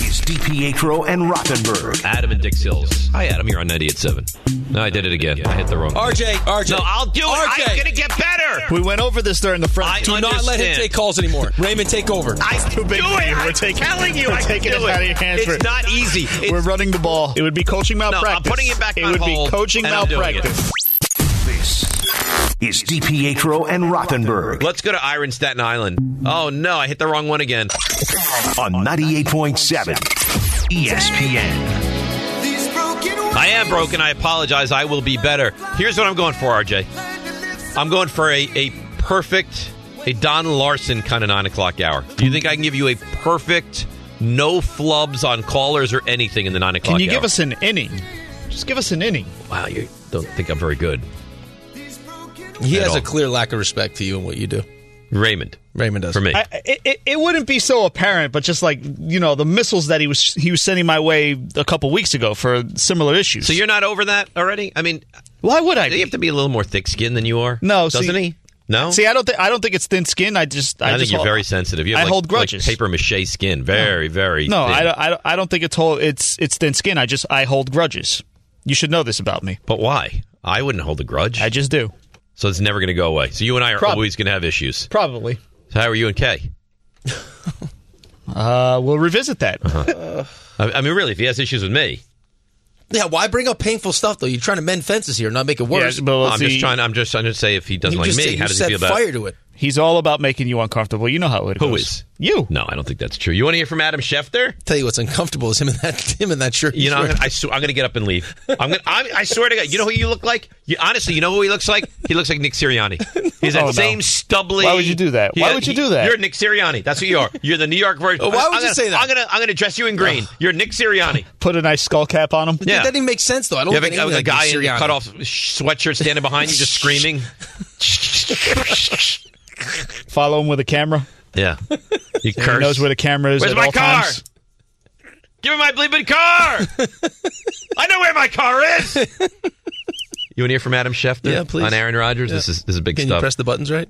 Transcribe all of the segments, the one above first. is DiPietro and Rothenberg. Adam and Dick Sills. Hi, Adam. You're on 98.7. No, I did it again. I hit the wrong button. RJ, RJ. No, I'll do it. RJ. I'm going to get better. We went over this during the front. I Do not let him understand. take calls anymore. Raymond, take over. I can too big do for it. you. We're I'm taking- telling you, we're I can taking do it out of your hands It's for- not easy. It's, We're running the ball. It would be coaching no, malpractice. I'm putting it back It on would hold, be coaching and I'm doing it. malpractice. This is DiPietro and Rothenberg Let's go to Iron Staten Island. Oh, no. I hit the wrong one again. on 98.7 E ESPN. I am broken. I apologize. I will be better. Here's what I'm going for, RJ. I'm going for a, a perfect, a Don Larson kind of nine o'clock hour. Do you think I can give you a perfect, no flubs on callers or anything in the nine o'clock? Can you give hour? us an inning? Just give us an inning. Wow, you don't think I'm very good, He At has all. a clear lack of respect to you and what you do. Raymond. Raymond does. For me, I, it, it, it wouldn't be so apparent, but just like you know, the missiles that he was he was sending my way a couple weeks ago for similar issues. so you're not over that already. I mean, why would I? you Be? have to be a little more thick-skinned than you are. No, see- doesn't he? No. See, I don't think I don't think it's thin skin. I just I, I, think just you're hold- very sensitive. You have I like, hold like grudges. paper mache skin. Very, very. No, thin. I don't, I don't. I don't think it's whole. It's it's thin skin. I just I hold grudges. You should know this about me. But why? I wouldn't hold a grudge. I just do. So it's never going to go away. So you and I are Prob- always going to have issues. Probably. So how are you and Kay? Uh, we'll revisit that. Uh-huh. I, I mean, really, if he has issues with me, Yeah, why bring up painful stuff though? You're trying to mend fences here, not make it Yeah, worse. but let's I'm just see. trying. I'm just trying to say if he doesn't you like just me, you how does he set feel about fire to it. He's all about making you uncomfortable. You know how it goes. Who is? You. No, I don't think that's true. You want to hear from Adam Schefter? Tell you what's uncomfortable is him in that him in that shirt. You know, I'm Sure. gonna, I sw- I'm going to get up and leave. I'm going. I'm, I swear to God, you know who you look like? You, honestly, you know who he looks like? He looks like Nick Sirianni. He's that Oh, no. same stubbly. Why would you do that? He- Why would you he- do that? You're Nick Sirianni. That's what you are. You're the New York version. Why would I'm you gonna- say that? I'm going to. I'm going to dress you in green. You're Nick Sirianni. Put a nice skull cap on him. Yeah. That didn't make sense though. I don't You have think a, anything a like guy this, in a Sirianni. cut off sweatshirt standing behind you, just screaming. Follow him with a camera. Yeah, you He curse. knows where the camera is. Where's at my all car? times. Give me my bleeping car. I know where my car is. You want to hear from Adam Schefter? Yeah, please. On Aaron Rodgers, this is this is big Can you stuff. press the buttons right?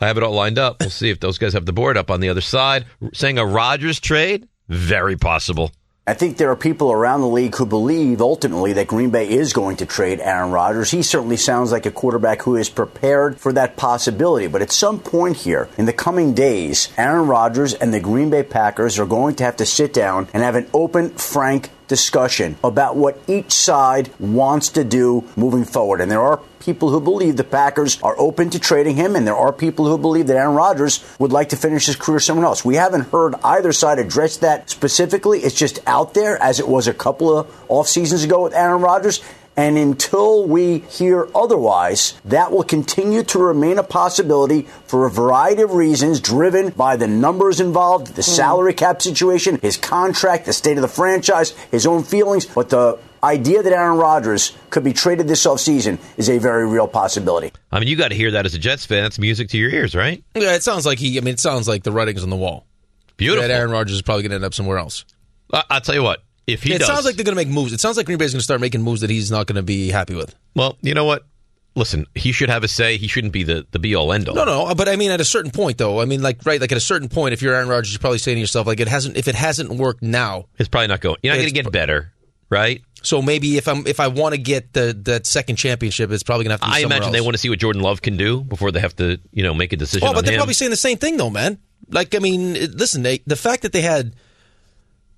I have it all lined up. We'll see if those guys have the board up on the other side. Saying a Rodgers trade, very possible. I think there are people around the league who believe ultimately that Green Bay is going to trade Aaron Rodgers. He certainly sounds like a quarterback who is prepared for that possibility. But at some point here, in the coming days, Aaron Rodgers and the Green Bay Packers are going to have to sit down and have an open, frank discussion about what each side wants to do moving forward. And there are people who believe the Packers are open to trading him, and there are people who believe that Aaron Rodgers would like to finish his career somewhere else. We haven't heard either side address that specifically. It's just out there, as it was a couple of off seasons ago with Aaron Rodgers. And until we hear otherwise, that will continue to remain a possibility for a variety of reasons driven by the numbers involved, the salary cap situation, his contract, the state of the franchise, his own feelings. But the idea that Aaron Rodgers could be traded this offseason is a very real possibility. I mean, you got to hear that as a Jets fan. That's music to your ears, right? Yeah, it sounds like he. I mean, it sounds like the writing's on the wall. Beautiful. That Aaron Rodgers is probably going to end up somewhere else. I- I'll tell you what. If he it does, sounds like they're going to make moves. It sounds like Green Bay's going to start making moves that he's not going to be happy with. Well, you know what? Listen, he should have a say. He shouldn't be the, the be all end all. No, no, but I mean, at a certain point, though, I mean, like, right, like at a certain point, if you're Aaron Rodgers, you're probably saying to yourself, like, it hasn't, if it hasn't worked now, It's probably not going. You're not going to It's get better, right? so maybe if I'm, if I want to get the that second championship, it's probably gonna have to. Be I somewhere imagine else. they want to see what Jordan Love can do before they have to, you know, make a decision. Oh, but on they're him. probably saying the same thing, though, man. Like, I mean, it- listen, they, the fact that they had,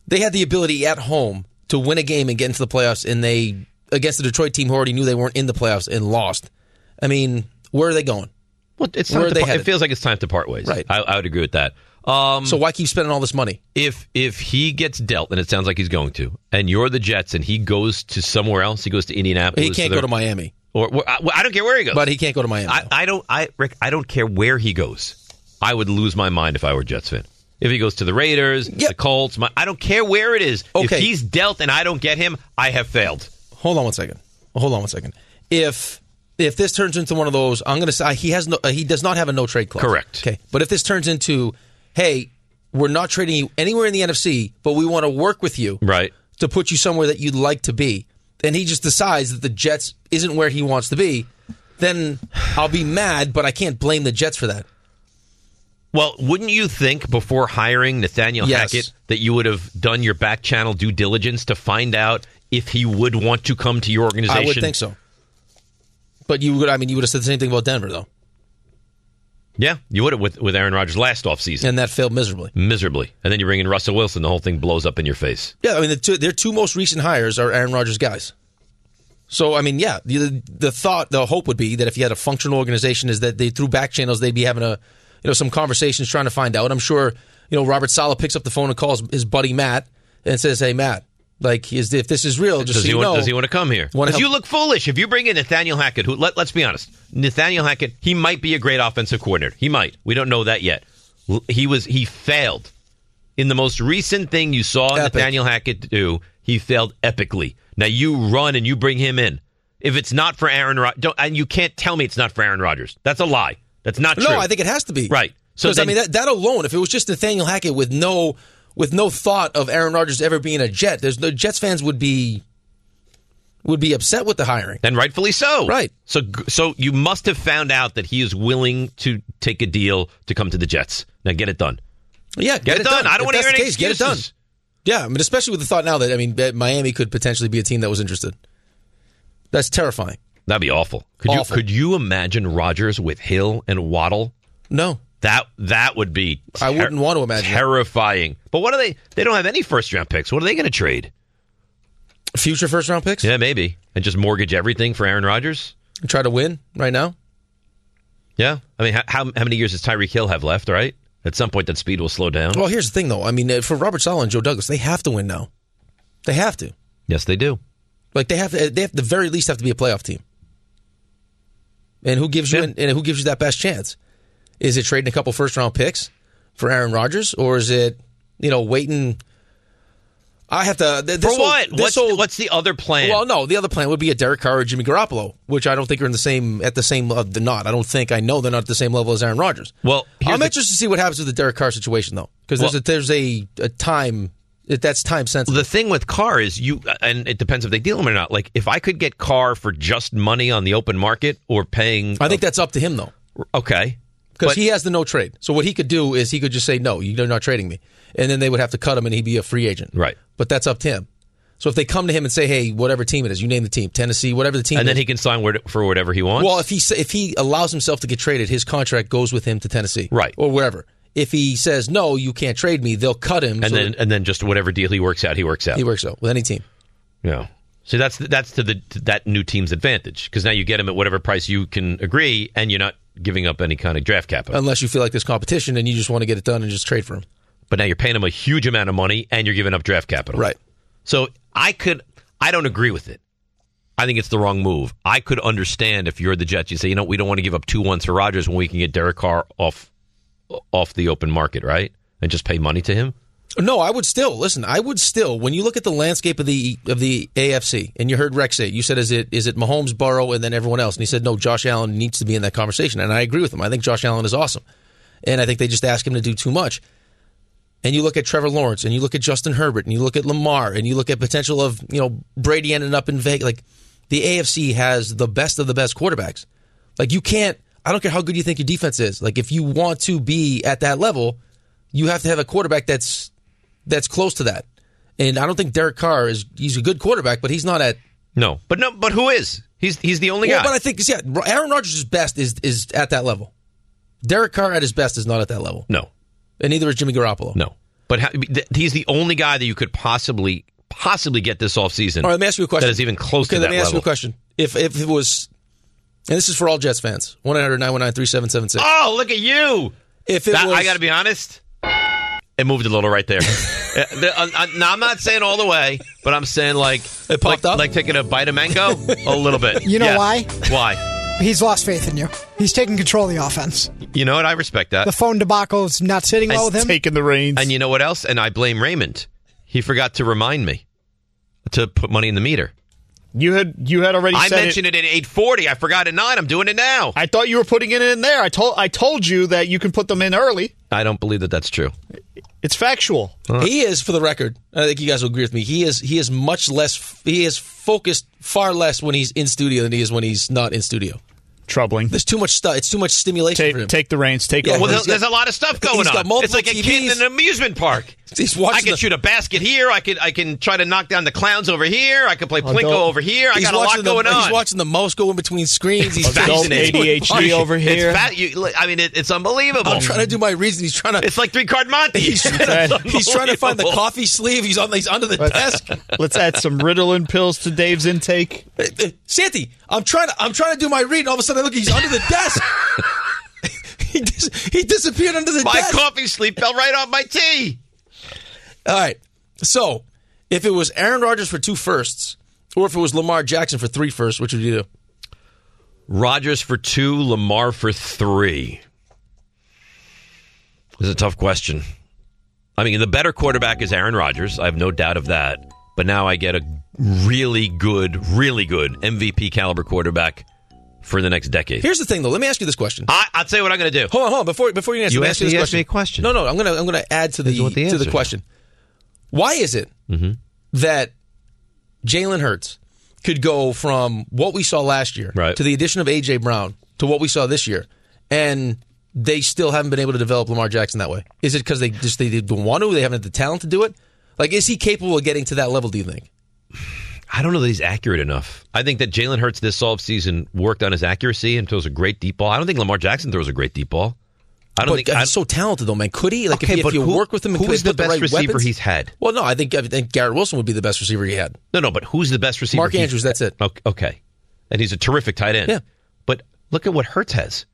they had the ability at home to win a game and get into the playoffs, and they against the Detroit team who already knew they weren't in the playoffs and lost. I mean, where are they going? Well, it's time Where are to they par- it headed? feels like it's time to part ways. Right. I, I would agree with that. Um, So why keep spending all this money? if if he gets dealt, and it sounds like he's going to, and you're the Jets, and he goes to somewhere else, he goes to Indianapolis. He can't or- go to Miami, Or, or- I, I don't care where he goes. but he can't go to Miami. I, I don't. I Rick. I don't care where he goes. I would lose my mind if I were Jets fan. If he goes to the Raiders, Yeah. the Colts, my, I don't care where it is. Okay. If he's dealt and I don't get him, I have failed. hold on one second. Hold on one second. If if this turns into one of those, I'm going to say he has no, uh, he does not have a no trade clause. Correct. Okay, but if this turns into, hey, we're not trading you anywhere in the NFC, but we want to work with you, Right. to put you somewhere that you'd like to be, and he just decides that the Jets isn't where he wants to be, then I'll be mad, but I can't blame the Jets for that. Well, wouldn't you think before hiring Nathaniel Yes. Hackett that you would have done your back channel due diligence to find out if he would want to come to your organization? I would think so. But you would, I mean, you would have said the same thing about Denver though, Yeah, you would have with, with Aaron Rodgers last offseason and that failed miserably. miserably. And then you bring in Russell Wilson, the whole thing blows up in your face. Yeah, I mean, the two, their two most recent hires are Aaron Rodgers guys. So, I mean, yeah, the, the thought, the hope would be that if you had a functional organization, is that they through back channels they'd be having a, you know, some conversations trying to find out. I'm sure, you know, Robert Sala picks up the phone and calls his buddy Matt and says, "Hey, Matt, like, is if this is real, just so Does he, you want, know, does he want to come here? Wanna Because you help- look foolish if you bring in Nathaniel Hackett. Who let, let's be honest, Nathaniel Hackett, he might be a great offensive coordinator. He might. We don't know that yet. L- He was he failed in the most recent thing you saw Epic. Nathaniel Hackett do. He failed epically. Now you run and you bring him in. If it's not for Aaron Rodgers, and you can't tell me it's not for Aaron Rodgers. That's a lie. That's not true. No, I think it has to be Right. So So I then- mean, that, that alone, if it was just Nathaniel Hackett with no with no thought of Aaron Rodgers ever being a Jet, there's no Jets fans would be would be upset with the hiring. and rightfully so. Right. So, so you must have found out that he is willing to take a deal to come to the Jets. Now get it done. Yeah, Get, it, done. I don't If want to that's hear the any case, Get it done. excuses. Yeah, I mean, especially with the thought now that I mean, that Miami could potentially be a team that was interested. That's terrifying. That'd be awful. Could Awful. you could you imagine Rogers with Hill and Waddle? No, That that would be I wouldn't want to imagine that. terrifying. But what are they? They don't have any first round picks. What are they going to trade? future first round picks. Yeah, maybe and just mortgage everything for Aaron Rodgers. Try to win right now. Yeah, I mean, how how, how many years does Tyreek Hill have left? Right, at some point that speed will slow down. Well, here's the thing, though. I mean, uh, for Robert Sala and Joe Douglas, they have to win now. They have to. yes, they do. Like they have. To, they have to, the very least have to be a playoff team. And who gives you Yeah. and, and who gives you that best chance? Is it trading a couple first round picks for Aaron Rodgers, or is it you know waiting? I have to. th- This For whole- what? This What's whole, what's the other plan? Well, Oh, no, the other plan would be a Derek Carr or Jimmy Garoppolo, which I don't think are in the same at the same uh, they're not. I don't think I know they're not at the same level as Aaron Rodgers. Well, here's I'm the- interested to see what happens with the Derek Carr situation though, because Well- there's a there's a, a time that that's time sensitive. the thing with Carr is you, and it depends if they deal him or not. Like, if I could get Carr for just money on the open market or paying, I think that's up to him though, okay, because But- he has the no trade. So what he could do is he could just say no, you're not trading me, and then they would have to cut him and he'd be a free agent. Right. But that's up to him. So if they come to him and say, hey, whatever team it is, you name the team, Tennessee, whatever the team, and is, then he can sign what- for whatever he wants. Well, if he sa- if he allows himself to get traded, his contract goes with him to Tennessee, Right. or wherever. If he says no, you can't trade me, they'll cut him, and so then and then just whatever deal he works out, he works out. he works out with any team. yeah. So that's that's to the to that new team's advantage because now you get him at whatever price you can agree, and you're not giving up any kind of draft capital. Unless you feel like there's competition and you just want to get it done and just trade for him, but now you're paying him a huge amount of money, and you're giving up draft capital. So I could, I don't agree with it. I think it's the wrong move. I could understand if you're the Jets, you say, you know, we don't want to give up two ones for Rodgers when we can get Derek Carr off off the open market, right? And just pay money to him. No, I would still listen. I would still when you look at the landscape of the of the AFC, and you heard Rex say, you said, "Is it is it Mahomes, Burrow, and then everyone else?" And he said, "No, Josh Allen needs to be in that conversation." And I agree with him. I think Josh Allen is awesome, and I think they just ask him to do too much. And you look at Trevor Lawrence, and you look at Justin Herbert, and you look at Lamar, and you look at potential of you know Brady ending up in Vegas. Like the AFC has the best of the best quarterbacks. Like you can't. I don't care how good you think your defense is. Like if you want to be at that level, you have to have a quarterback that's that's close to that. And I don't think Derek Carr is he's a good quarterback, but he's not at No, but no, but who is? He's he's the only well, guy. but I think yeah, Aaron Rodgers' best is is at that level. Derek Carr at his best is not at that level. no, And neither is Jimmy Garoppolo. no. But how, th- he's the only guy that you could possibly possibly get this offseason. All right, let me ask you a question. That is even close okay, to let that me ask you level. a question. If if it was And this is for all Jets fans. 1 800 919 3776. Oh, look at you. If it That- was, I got to be honest. It moved a little right there. Uh, the- uh, uh, now, I'm not saying all the way, but I'm saying like It popped like, up? like taking a bite of mango a little bit. You know Yes. why? Why? He's lost faith in you. He's taking control of the offense. You know what? I respect that. The phone debacle's not sitting well with him. taking the reins. and you know what else? And I blame Raymond. He forgot to remind me to put money in the meter. you had you had already. I said mentioned it, at 8:40. I forgot at nine. I'm doing it now. I, I thought you were putting it in there. I told I told you that you can put them in early. don't believe that that's true. It's factual. He is, for the record, I think you guys will agree with me. He is he is much less. He is focused far less when he's in studio than he is when he's not in studio. Troubling. There's too much stuff. It's too much stimulation for him. Take, take the reins. Take Yeah, over. Well, he's there's, got- there's a lot of stuff going he's got on. multiple It's like a kid in TVs. an amusement park. He's watching I can the- shoot a basket here. I can I can try to knock down the clowns over here. I can play Plinko Adult- over here. I he's got a lot watching the- going on. He's watching the mouse go in between screens. He's It's Adult fascinating. ADHD over It's here. fa- you- look, I mean, it, it's unbelievable. I'm trying to do my reason. He's trying to. it's like three card Monte. He's trying to, he's trying to find the Unbelievable. coffee sleeve. He's on. He's under the desk. Let's add some Ritalin pills to Dave's intake. Uh, Santi, I'm trying to. I'm trying to do my read. And all of a sudden, I look. He's under the desk. he, dis- he disappeared under the My desk. coffee sleep fell right off my tea. All right. So, if it was Aaron Rodgers for two firsts, or if it was Lamar Jackson for three firsts, which would you do? Rogers for two, Lamar for three. This is a tough question. I mean, the better quarterback is Aaron Rodgers. I have no doubt of that. But now I get a really good, really good MVP caliber quarterback for the next decade. Here's the thing, though. Let me ask you this question. I, I'll tell you what I'm going to do. Hold on, hold on. Before before you answer, You let me ask asked you me- this Uh, you asked question. me a No, question. no. I'm gonna I'm gonna add to the, Is what the to answer the is. question. Why is it Mm-hmm. that Jalen Hurts could go from what we saw last year Right. to the addition of AJ Brown to what we saw this year, and they still haven't been able to develop Lamar Jackson that way? Is it because they just they didn't want to? They haven't had the talent to do it. Like, is he capable of getting to that level? Do you think? I don't know that he's accurate enough. I think that Jalen Hurts this offseason worked on his accuracy and throws a great deep ball. I don't think Lamar Jackson throws a great deep ball. I don't But think. he's I, so talented though, man. Could he? Like, Okay, if, if but you who- work with him, and who could is the put best right receiver weapons- he's had? Well, no, I think I think Garrett Wilson would be the best receiver he had. no, no, but who's the best receiver? Mark he- Andrews, that's it. Ok- Okay. And he's a terrific tight end. Yeah. But look at what Hertz has.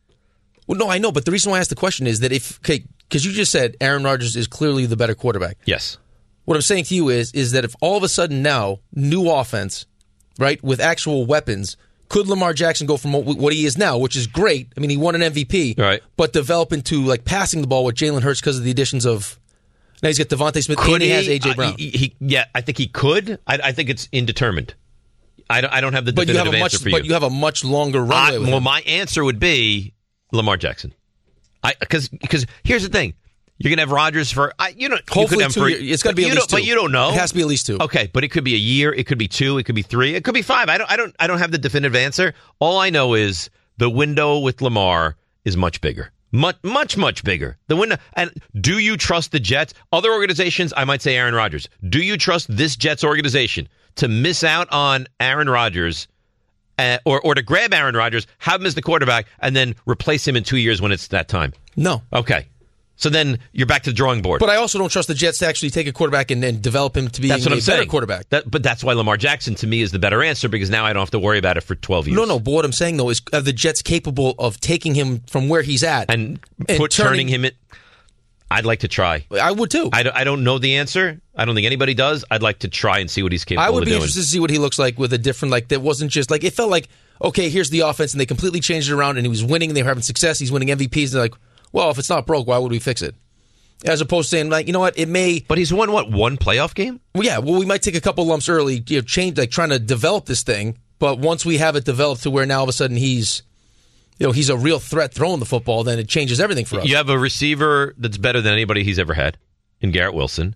Well, no, I know, but the reason why I asked the question is that if because you just said Aaron Rodgers is clearly the better quarterback. Yes. What I'm saying to you is is that if all of a sudden now new offense, right, with actual weapons, could Lamar Jackson go from what, what he is now, which is great? I mean, he won an MVP, Right. But develop into like passing the ball with Jalen Hurts because of the additions of now he's got Devontae Smith and he, has AJ uh, Brown. he, he- yeah, I think he could. I, I think it's indetermined. I don't, I don't have the but you have definitive a answer much for you. but you have a much longer runway. I, with well, him. my answer would be Lamar Jackson. I because because here's the thing. You're gonna have Rodgers for I, you know you could Hopefully have two for, year- it's gotta be but at you least don't- two. But you don't know. It has to be at least two. Okay, but it could be a year. It could be two. It could be three. It could be five. I don't. I don't. I don't have the definitive answer. All I know is the window with Lamar is much bigger. Much, much, much bigger. The window. And do you trust the Jets? Other organizations, I might say Aaron Rodgers. Do you trust this Jets organization to miss out on Aaron Rodgers uh, or or to grab Aaron Rodgers, have him as the quarterback, and then replace him in two years when it's that time. no, Okay, so then you're back to the drawing board. but I also don't trust the Jets to actually take a quarterback and then develop him to be that's what a I'm better saying. quarterback. That- but that's why Lamar Jackson to me is the better answer because now I don't have to worry about it for 12 years. No, no. But what I'm saying though is, are the Jets capable of taking him from where he's at and put turning, him in. I'd like to try. I would too. I I, don't, I don't know the answer. I don't think anybody does. I'd like to try and see what he's capable would of be doing. interested to see what he looks like with a different like that wasn't just like it felt like okay, here's the offense, and they completely changed it around, and he was winning, and they were having success. He's winning MVPs. And they're like, well, if it's not broke, why would we fix it? As opposed to saying like, you know what, it may, But he's won what one playoff game? well, yeah, well, we might take a couple lumps early, you know, change like trying to develop this thing, but once we have it developed to where now all of a sudden he's, you know, he's a real threat throwing the football, then it changes everything for us. You have a receiver that's better than anybody he's ever had in Garrett Wilson.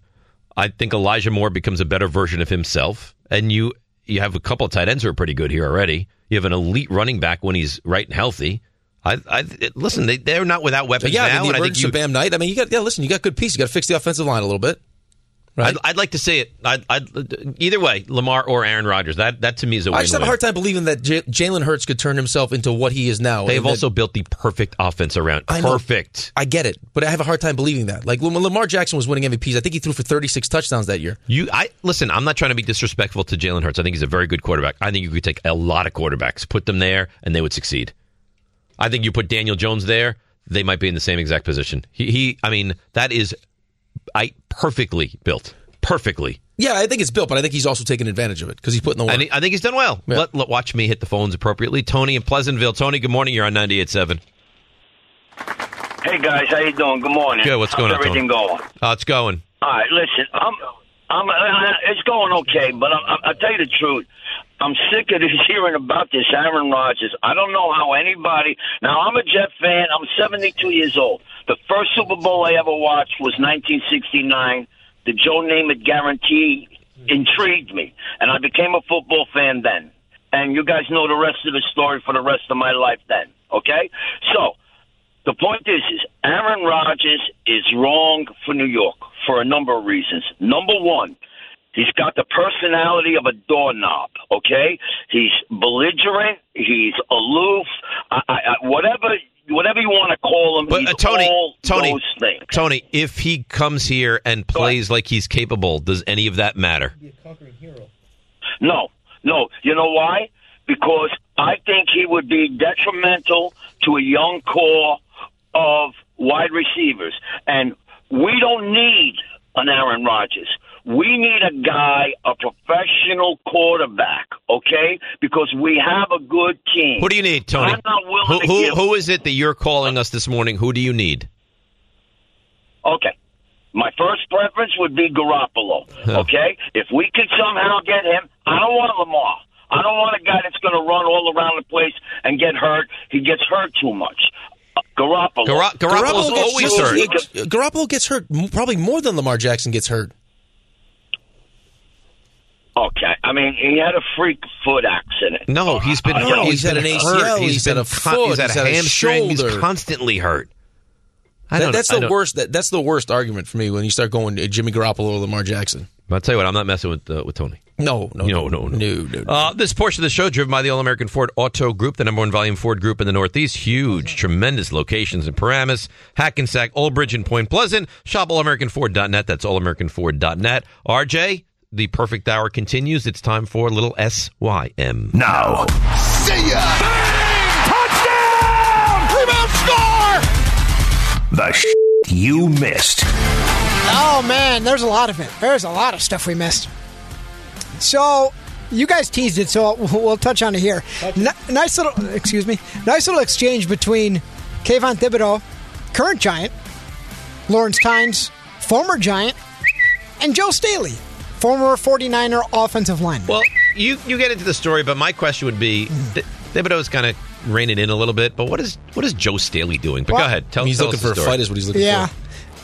I think Elijah Moore becomes a better version of himself, and you you have a couple of tight ends who are pretty good here already. You have an elite running back when he's right and healthy. I, I listen. They, they're not without But weapons yeah, I now, mean, and the I think emergence you of Bam Knight. I mean, you got yeah. Listen, you got good pieces. You got to fix the offensive line a little bit. Right. I'd, I'd like to see it. I'd, I'd, either way, Lamar or Aaron Rodgers. That that to me is a win. I just have a hard time believing that J- Jalen Hurts could turn himself into what he is now. They've and that- also built the perfect offense around. I know. Perfect. I get it, but I have a hard time believing that. Like when Lamar Jackson was winning MVPs, I think he threw for 36 touchdowns that year. You, I listen. I'm not trying to be disrespectful to Jalen Hurts. I think he's a very good quarterback. I think you could take a lot of quarterbacks, put them there, and they would succeed. I think you put Daniel Jones there, they might be in the same exact position. He, he I mean, that is, I perfectly built, perfectly. Yeah, I think it's built, but I think he's also taking advantage of it because he's putting the work. And he, I think he's done well. Yeah. Let, let- watch me hit the phones appropriately. Tony in Pleasantville. Tony, good morning. You're on 98.7. Hey guys, how you doing? Good morning. Good, what's How's going on, Tony? Everything going. Oh, it's going. All right, listen. I'm, I'm, I, it's going okay, but I'm, I'm, I'll tell you the truth. I'm sick of hearing about this Aaron Rodgers. I don't know how anybody. Now I'm a Jet fan. I'm 72 years old. The first Super Bowl I ever watched was 1969. The Joe Namath guarantee intrigued me, and I became a football fan then. And you guys know the rest of the story for the rest of my life then. Okay, so the point is, is Aaron Rodgers is wrong for New York for a number of reasons. Number one, he's got the personality of a doorknob. Okay, he's belligerent. He's aloof. I, I, I, whatever, whatever you want to call him, But he's uh, Tony, all Tony, those things. Tony, if he comes here and plays like he's capable, does any of that matter? No, no. You know why? Because I think he would be detrimental to a young core of wide receivers. And we don't need an Aaron Rodgers. We need a guy, a professional quarterback, okay? Because we have a good team. Who do you need, Tony? I'm not willing who, to who- give- who is it that you're calling us this morning? Who do you need? Okay. My first preference would be Garoppolo. Okay, if we could somehow get him, I don't want Lamar. I don't want a guy that's going to run all around the place and get hurt. He gets hurt too much. Uh, Garoppolo. Gar- Garoppolo's Garoppolo gets- always hurt. Garoppolo- Garoppolo gets hurt m- probably more than Lamar Jackson gets hurt. okay, I mean he had a freak foot accident. No, he's been No, hurt. he's had been an ACL, hurt. he's been had a foot, he's had he's a had a hamstring. He's shoulder. constantly hurt. I That- don't- that's I the don't- worst. That, that's the worst argument for me when you start going uh, Jimmy Garoppolo or Lamar Jackson. I'll tell you what, I'm not messing with uh, with Tony. No, no, No, no, no. no, no, no. Uh, this portion of the show driven by the All American Ford Auto Group, the number one volume Ford group in the Northeast. Huge, tremendous locations in Paramus, Hackensack, Old Bridge, and Point Pleasant. Shop allamericanford.net. That's allamericanford.net. RJ, the perfect hour continues. It's time for a little SYM. Now, See ya! Touchdown! Rebound score! the sh- you missed. Oh man, there's a lot of it. There's a lot of stuff we missed. So you guys teased it, so we'll, we'll touch on it here. Ni- nice little, excuse me, nice little exchange between Kayvon Thibodeau, current Giant, Lawrence Tynes, former Giant, and Joe Staley, former 49er offensive lineman. Well, you you get into the story, but my question would be, Hmm. th- Thibodeau's kind of reining in a little bit. But what is what is Joe Staley doing? But go Well- ahead, tell, he's tell looking us for the a story. fight. Is what he's looking Yeah. for.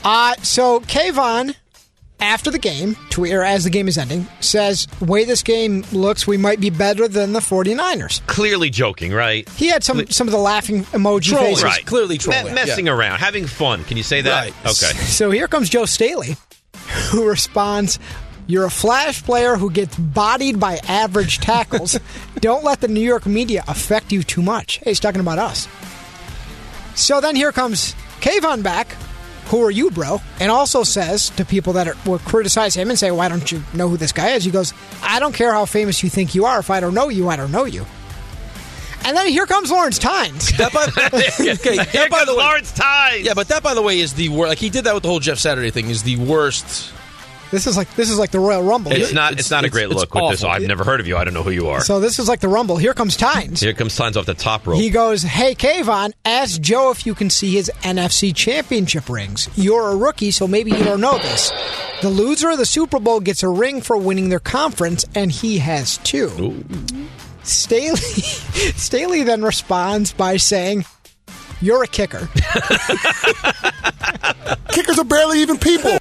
Uh, so Kayvon, after the game, tweet, or as the game is ending, says, way this game looks, we might be better than the 49ers. Clearly joking, right? He had some, some of the laughing emoji Trolling. faces. right, clearly trolling, yeah. messing around, having fun. Can you say that? Right. Okay. So here comes Joe Staley, who responds, You're a flash player who gets bodied by average tackles. Don't let the New York media affect you too much. Hey, he's talking about us. So then here comes Kayvon back, who are you, bro? And also says to people that are, will criticize him and say, Why don't you know who this guy is? He goes, I don't care how famous you think you are. If I don't know you, I don't know you. And then here comes Lawrence Tynes. That by, okay, that Here by comes the way, Lawrence Tynes. yeah, but that by the way is the worst. Like he did that with the whole Jeff Saturday thing. Is the worst. This is like this is like the Royal Rumble. it's not it's, not a it's- great it's look with this. awful. I've never heard of you. I don't know who you are. So this is like the Rumble. Here comes Tynes. Here comes Tynes off the top rope. He goes, Hey, Kayvon, ask Joe if you can see his NFC championship rings. You're a rookie, so maybe you don't know this. The loser of the Super Bowl gets a ring for winning their conference, and he has two. Staley, Staley then responds by saying, You're a kicker. Kickers are barely even people.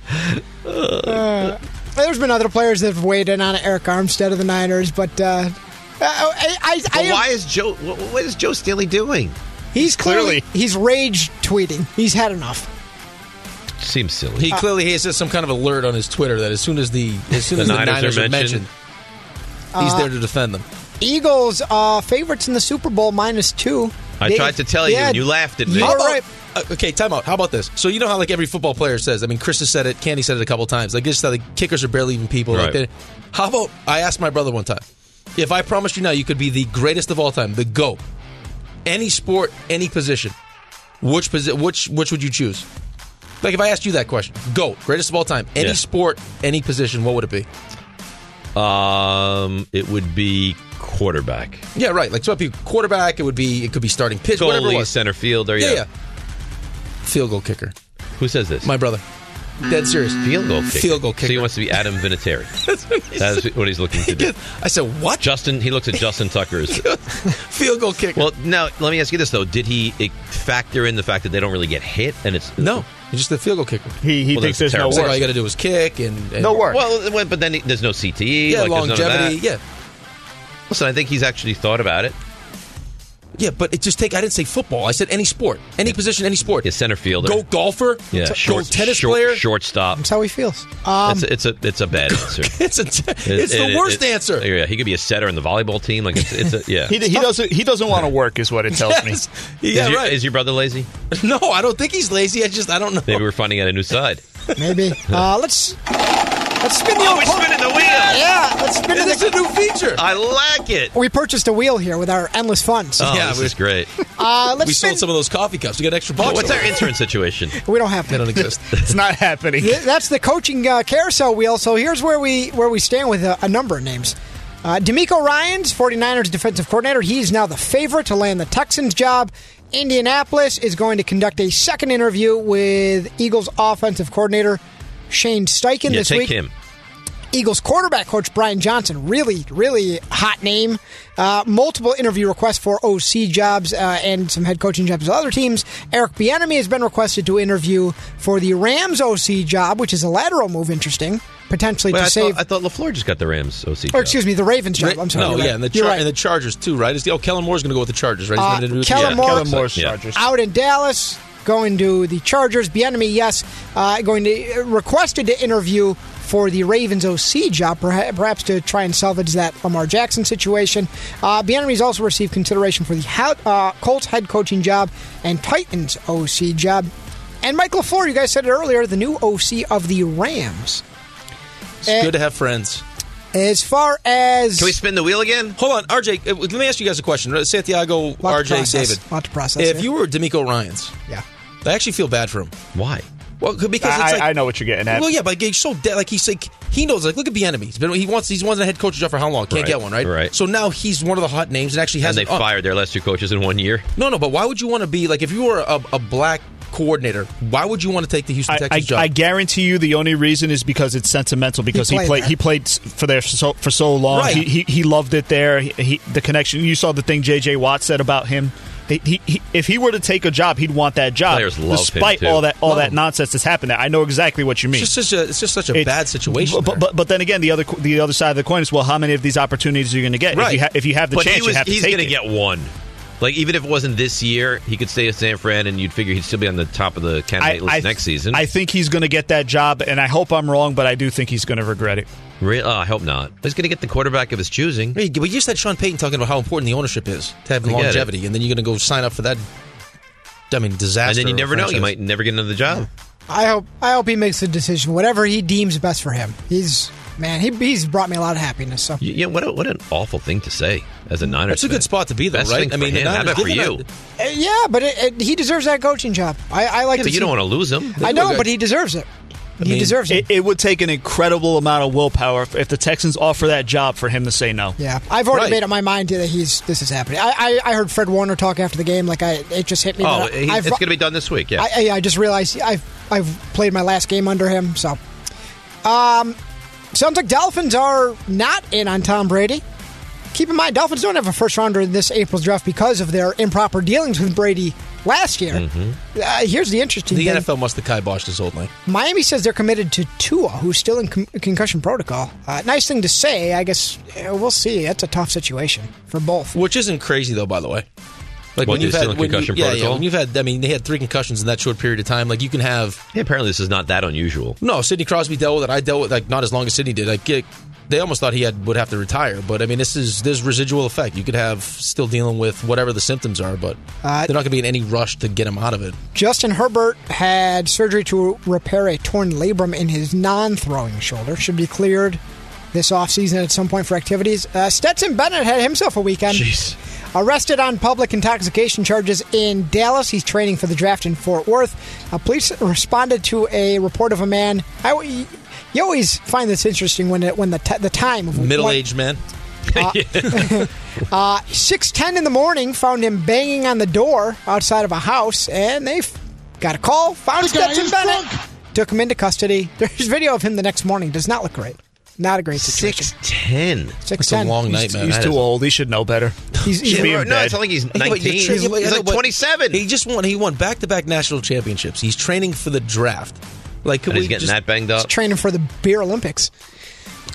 Uh, There's been other players that have weighed in on it, Eric Armstead of the Niners, but. Uh, oh, I, I, I, But I- why is Joe? What, what is Joe Staley doing? He's clearly, Clearly. he's rage tweeting. He's had enough. Seems silly. He clearly he has some kind of alert on his Twitter that as soon as the as soon The as the Niners are Niners are mentioned, mentioned. he's there to defend them. Uh, Eagles uh, favorites in the Super Bowl minus two. I They- tried to tell you, yeah, and you laughed at me. you're How about- right. uh, okay, time out. How about this? So you know how like every football player says. I mean, Chris has said it. Candy said it a couple times. Like just how the kickers are barely even people. Like, Right. they- how about I asked my brother one time, if I promised you now you could be the greatest of all time, the goat, any sport, any position, which posi- which which would you choose? Like if I asked you that question, goat, greatest of all time, any Yeah. sport, any position, what would it be? Um, it would be quarterback, Yeah, right. Like so, it'd be quarterback. It would be it could be starting pitch, whatever it goalie, was. center fielder. yeah, Yeah. yeah. Field goal kicker. Who says this? My brother. Dead serious. field goal kicker. Field goal So he kicker. wants to be Adam Vinatieri. That That's what he's looking to do. I said, what? Justin. He looks at Justin Tucker as Field goal kicker. Well, now let me ask you this though: Did he eh, factor in the fact that they don't really get hit, and it's no, he's just a field goal kicker. He, he Well, thinks that's there's terrible. no It's like all work. you got to do is kick and, and No work. Well, well, but then he- there's no CTE. Yeah, like, there's none of longevity. that. Yeah, Listen, I think he's actually thought about it. yeah. But it just take. I didn't say football. I said any sport, any position, any sport. He's center fielder. Go golfer. yeah, Go short, tennis short- player. shortstop. That's how he feels. Um, it's, a, it's a it's a bad answer. It's a. T- it's It- the it- worst it- answer. Yeah, he could be a setter in the volleyball team. Like it's, it's a, yeah. He, he doesn't he doesn't want to work is what it tells Yes. me. Yeah, is, your, right. is your brother lazy? no, I don't think he's lazy. I just I don't know. Maybe we're finding out a new side. maybe. Uh, let's let's spin the old. clock. the wheel. yeah, let's spin It is the. a new feature. I like it. We purchased a wheel here with our endless funds. Oh, Yeah, this we- is great. Uh, let's we spin. sold some of those coffee cups. We got extra bucks. What's our insurance situation? we don't have They to. don't exist. It's not happening. Th- That's the coaching uh, carousel wheel. So here's where we where we stand with a, a number of names. Uh, D'Amico Ryan's 49ers defensive coordinator. He's now the favorite to land the Texans job. Indianapolis is going to conduct a second interview with Eagles offensive coordinator Shane Steichen yeah, this take week. him. Eagles quarterback coach Brian Johnson, really, really hot name. Uh, multiple interview requests for OC jobs uh, and some head coaching jobs with other teams. Eric Bieniemy has been requested to interview for the Rams OC job, which is a lateral move. Interesting, potentially Wait, to I, save. thought, I thought Lafleur just got the Rams OC. or job. excuse me, the Ravens job. I'm sorry. No, you're yeah, right. and the, You're char- right. and the Chargers too, right? Is oh, Kellen Moore's going to go with the Chargers, right? He's Uh, gonna do- Kellen yeah. Moore- Kellen Moore's Yeah. Chargers. out in Dallas, going to the Chargers. Bienemy, yes, uh, going to requested to interview for the Ravens OC job, perha- perhaps to try and salvage that Lamar Jackson situation. Uh, Bienemy's also received consideration for the ho- uh, Colts head coaching job and Titans OC job. And Mike LaFleur, you guys said it earlier, the new OC of the Rams. It's good to have friends. As far as Can we spin the wheel again? Hold on, RJ. uh, Let me ask you guys a question. Uh, Santiago, Lot to RJ, process. David. Lot to process If here. you were D'Amico Ryan's, yeah. I actually feel bad for him. Why? Well, c- because I, it's like, I know what you're getting at. Well, yeah, but he's so de- like he's like he knows. Like, look at the enemy. He's been he wants he's wanted a head coach job for how long? Can't Right, get one, right? right. So now he's one of the hot names and actually has. And they an- oh, fired their last two coaches in one year. No, no. But why would you want to be like if you were a, a black coordinator? Why would you want to take the Houston I, I, Texans job? I guarantee you, the only reason is because it's sentimental. Because he played played, there. he played s- for there so, for so long. Right. He, he he loved it there. He, he- the connection. You saw the thing J.J. Watt said about him. He, he, he, if he were to take a job, he'd want that job. Players love him, despite too. all that all Love that him. nonsense that's happened there. I know exactly what you mean. it's just such a it's just such a It- bad situation. But, there. but but then again, the other co- the other side of the coin is well, how many of these opportunities are you going to get? If Right. you, ha- if you have the but chance, he was, you have to he's take gonna it. get one. Like even if it wasn't this year, he could stay at San Fran, and you'd figure he'd still be on the top of the candidate list th- next season. I think he's going to get that job, and I hope I'm wrong, but I do think he's going to regret it. Re- oh, I hope not. He's going to get the quarterback of his choosing. Hey, but you just had Sean Payton talking about how important the ownership is to have I get it. longevity, and then you're going to go sign up for that. I mean, disaster. And then you of a never know; you franchise. might never get another job. I hope I hope he makes a decision, whatever he deems best for him. He's man, he, he's brought me a lot of happiness. So You, you know, what, a, what an awful thing to say as a Niners. That's a fan. good spot to be, though, Best right? thing I mean, for the him. How Niners- about for given you? that- Uh, Yeah, but it, it, he deserves that coaching job. I, I like. Yeah, to but you see- don't want to lose him. I know, but he deserves it. he mean, deserves it. It, it would take an incredible amount of willpower if, if the Texans offer that job for him to say no. Yeah, I've already Right. made up my mind that he's this is happening. I, I, I heard Fred Warner talk after the game. Like I, it just hit me. Oh, that I- he- I've- it's going to be done this week. Yeah, I, I, I just realized I've I've played my last game under him. So, um, sounds like Dolphins are not in on Tom Brady. Keep in mind, Dolphins don't have a first rounder in this April's draft because of their improper dealings with Brady last year. Mm-hmm. Uh, here's the interesting Mm. The thing: NFL must have kiboshed this whole thing. Miami says they're committed to Tua, who's still in con- concussion protocol. Uh, nice thing to say, I guess. uh, We'll see. That's a tough situation for both. Which isn't crazy, though, by the way. Like What, when you've they're had still in when you- concussion yeah, yeah, protocol? when you've had I mean they had three concussions in that short period of time. Like you can have Yeah, apparently, this is not that unusual. No, Sidney Crosby dealt with it. I dealt with like not as long as Sidney did. Like it, they almost thought he had would have to retire, but I mean this is there's residual effect. You could have still dealing with whatever the symptoms are, but Uh, they're not going to be in any rush to get him out of it. Justin Herbert had surgery to repair a torn labrum in his non throwing shoulder. Should be cleared this offseason at some point for activities. Uh, Stetson Bennett had himself a weekend. Arrested on public intoxication charges in Dallas. He's training for the draft in Fort Worth. Uh, police responded to a report of a man. I, you always find this interesting when it, when the, t- the time of Middle what- Uh, aged man. six ten in the morning, found him banging on the door outside of a house, and they f- got a call. Found The guy Stetson is Bennett. drunk. Took him into custody. There's video of him the next morning. Does not look great. Not a great situation. Six ten. Six It's a ten. long night, He's, man. he's That too is- old. He should know better. He's, he's, Should be in No, it's bed. not like he's Yeah, but you're nineteen. He's, tra- yeah, but yeah, like but twenty-seven. He just won. He won back to back national championships. He's training for the draft. Like could and we he's getting just, that banged up. training for the Beer Olympics.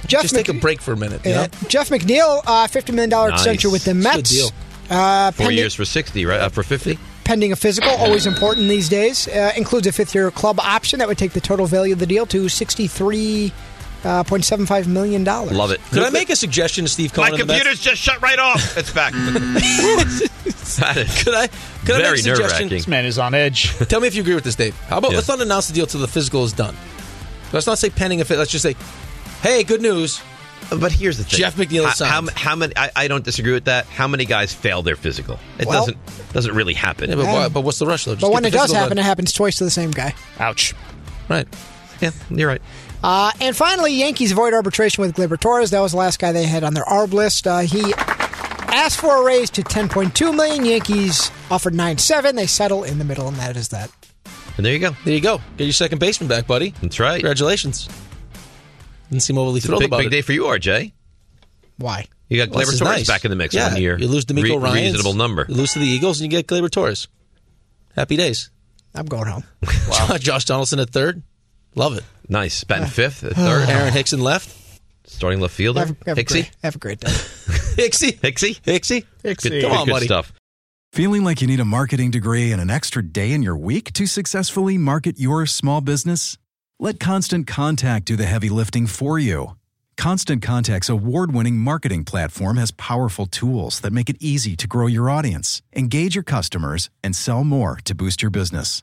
Jeff just take a Mc- break for a minute. uh, you know? Jeff McNeil, uh, fifty million dollar Nice. extension with the It's a good Mets. deal. Uh, Four pending- years for sixty, right? Uh, for fifty. pending a physical, always important these days. Uh, includes a fifth year club option that would take the total value of the deal to uh, $63.75 million. Love it. Could I make a suggestion to Steve My Cohen? of the Mets? computer's just shut right off. It's back. That is- Could I? Could I Very make a suggestion? nerve-wracking. This man is on edge. Tell me if you agree with this, Dave. How about Yeah. let's not announce the deal till the physical is done. Let's not say pending a fit. Let's just say, hey, good news. But here's the thing, Jeff McNeil How, how, signed. how many? I, I don't disagree with that. How many guys fail their physical? It Well- doesn't doesn't really happen. Yeah, but, why, but what's the rush though? Just But get when the it does physical happen, it done. happens twice to the same guy. Ouch. right? Yeah, you're right. Uh, and finally, Yankees avoid arbitration with Gleyber Torres. That was the last guy they had on their arb list. Uh, he asked for a raise to 10.2 million. Yankees offered 9.7. They settle in the middle, and that is that. And there you go. There you go. Get your second baseman back, buddy. That's right. Congratulations. Didn't seem overly thrilled big about big it. day for you, RJ. Why? You got Well, Gleyber this is Torres nice. back in the mix Yeah, one year. You lose D'Amico Re- Ryan. Reasonable number. You lose to the Eagles and you get Glaber Torres. Happy days. I'm going home. Josh Donaldson at third. Love it. Nice. Batting fifth, at third. Aaron Hickson left. Starting left fielder. Have, have, a Hixie. great, have a great day. Hixie. Hixie. Hixie. Good, Hixie. good- Come on, good buddy. stuff. Feeling like you need a marketing degree and an extra day in your week to successfully market your small business? Let Constant Contact do the heavy lifting for you. Constant Contact's award winning marketing platform has powerful tools that make it easy to grow your audience, engage your customers, and sell more to boost your business.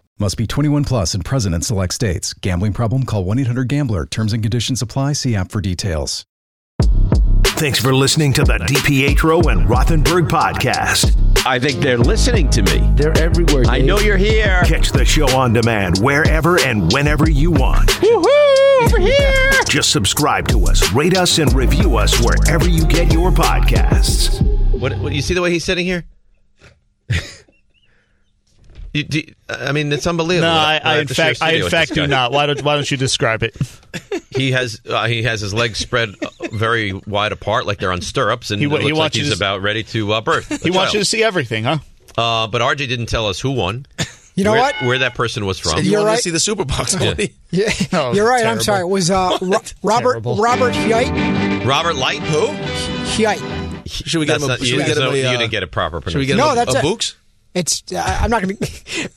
Must be 21 plus and present in select states. Gambling problem? Call 1 800 Gambler. Terms and conditions apply. See app for details. Thanks for listening to the DiPietro and Rothenberg podcast. I think they're listening to me. They're everywhere. I know you're here. Catch the show on demand wherever and whenever you want. Woohoo! Over here. Just subscribe to us, rate us, and review us wherever you get your podcasts. What, what you see the way he's sitting here? you, do, I mean, it's unbelievable. No, We'll I, have I in to share a fact, I studio in with fact this do guy. not. Why don't Why don't you describe it? he has uh, he has his legs spread uh, very wide apart, like they're on stirrups, and He it wa- he looks like wants you he's to s- about ready to uh, birth. a He wants you to child. see everything, huh? Uh, but RJ didn't tell us who won. You know where, what? Where that person was from. So you You're wanted to right. see the Super Box Money. Yeah, you're right. I'm terrible. sorry. It was uh, Ro- Robert Terrible. Robert Hite. Robert Light. Who? Hite. Should we get That's him? A, not- should you, we get him? so a, you uh, didn't get a proper should we get pronunciation. him No, a, that's a it. books? It's uh, I'm not gonna.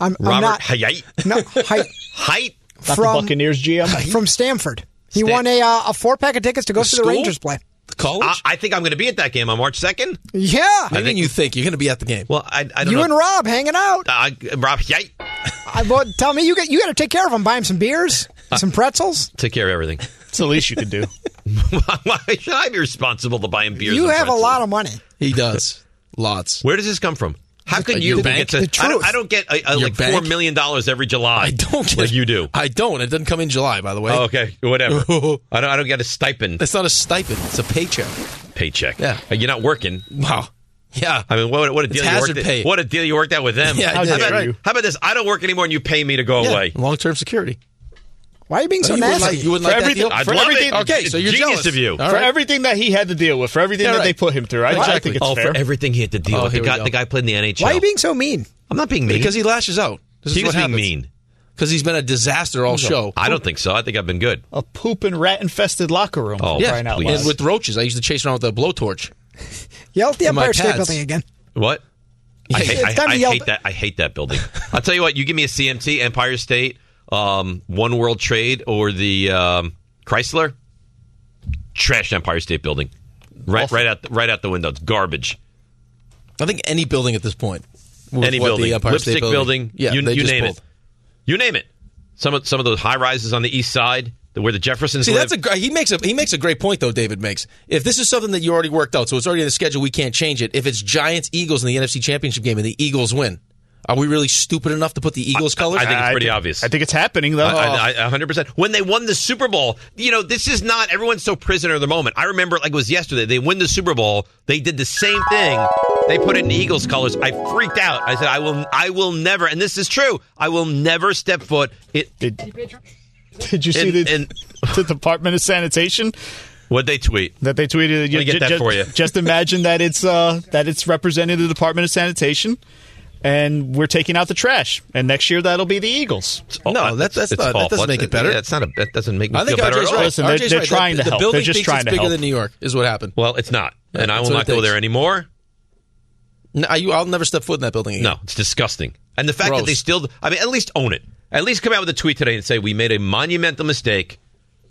I'm, I'm Robert not. Hayat. No, Hite. Height Not the Buccaneers GM. from Stanford. He won a uh, a four pack of tickets to go see the school? Rangers play. College. I, I think I'm going to be at that game on March second. Yeah, I think You think you're going to be at the game? Well, I, I don't you know. Uh, and Rob hanging out. I, Rob, yike. I, well, tell me, you got you got to take care of him. Buy him some beers, some pretzels. Take care of everything. It's the least you could do. Why should I be responsible to buy him beers? you and have a pretzels? lot of money. He does lots. Where does this come from? How can you your get bank? to? The I, don't, truth. I don't get a, a, Your like four bank? million dollars every July. I don't. Get, Like you do. I don't. It doesn't come in July, by the way. Oh, okay, whatever. I don't. I don't get a stipend. It's not a stipend. It's a paycheck. paycheck. Yeah. Uh, you're not working. Wow. Yeah. I mean, what, what a It's deal! You worked hazard pay. out, what a deal you worked out with them. Yeah, I how, did, about, right. how about this? I don't work anymore, and you pay me to go away. Long term security. Why are you being so Oh, you wouldn't nasty? like, you wouldn't For like that everything- deal? I'd for love everything- it. Okay, so you're genius jealous. of you. All for right. everything that he had to deal with, for everything Yeah, that they right. put him through. I, I Exactly. think it's oh, fair. for everything he had to deal Oh, with. The here we guy, go. the guy played in the NHL. Why are you being so mean? I'm not being mean because he lashes out. This He is was what being happens. mean. Because he's been a disaster all show. I don't think so. I think I've been good. a poop and rat infested locker room. Oh, Oh, yeah, yeah, out please. loud. And with roaches, I used to chase around with a blowtorch. Yell at the In my Empire State pads. Building again. What? Yeah, I hate, it's I, time to I yell hate ba- that. I hate that building. I'll tell you what. You give me a CMT, Empire State, um, One World Trade, or the um, Chrysler. Trash Empire State Building. Right, right out, right out the window. It's garbage. I think any building at this point. with Any what building, the Empire State lipstick building, Yeah, you, they you just name pulled. it. You name it. Some of some of those high rises on the east side, where the Jeffersons See, live. that's a gr- he makes a he makes a great point though. David makes if this is something that you already worked out, so it's already in the schedule. We can't change it. If it's Giants Eagles in the NFC Championship game and the Eagles win, are we really stupid enough to put the Eagles colors? I think it's I pretty think- obvious. I think it's happening though. I- I- I- 100%. When they won the Super Bowl, you know, this is not, everyone's so prisoner of the moment. I remember it like it was yesterday. They win the Super Bowl. They did the same thing. They put it in Eagles colors. I freaked out. I said, I will, I will never, and this is true, I will never step foot. It, Did you see And- the, and- the Department of Sanitation what'd they tweet? that they tweeted? me get that just, for you. Just imagine that it's uh, that it's representing the Department of Sanitation, and we're taking out the trash. And next year that'll be the Eagles. no, that's that's It's not, that awful. doesn't make it better. Yeah, it's not a, that doesn't make me I think feel better at RJ's all. right. Listen, they're- RJ's they're right. trying to the, the help. They're building just thinks trying it's to bigger help. than New York is what happened. Well, it's not. And I that's will what not it go thinks. there anymore. No, I, I'll never step foot in that building again. No, it's disgusting. And the fact that Gross. they still, I mean, at least own it. At least come out with a tweet today and say, we made a monumental mistake.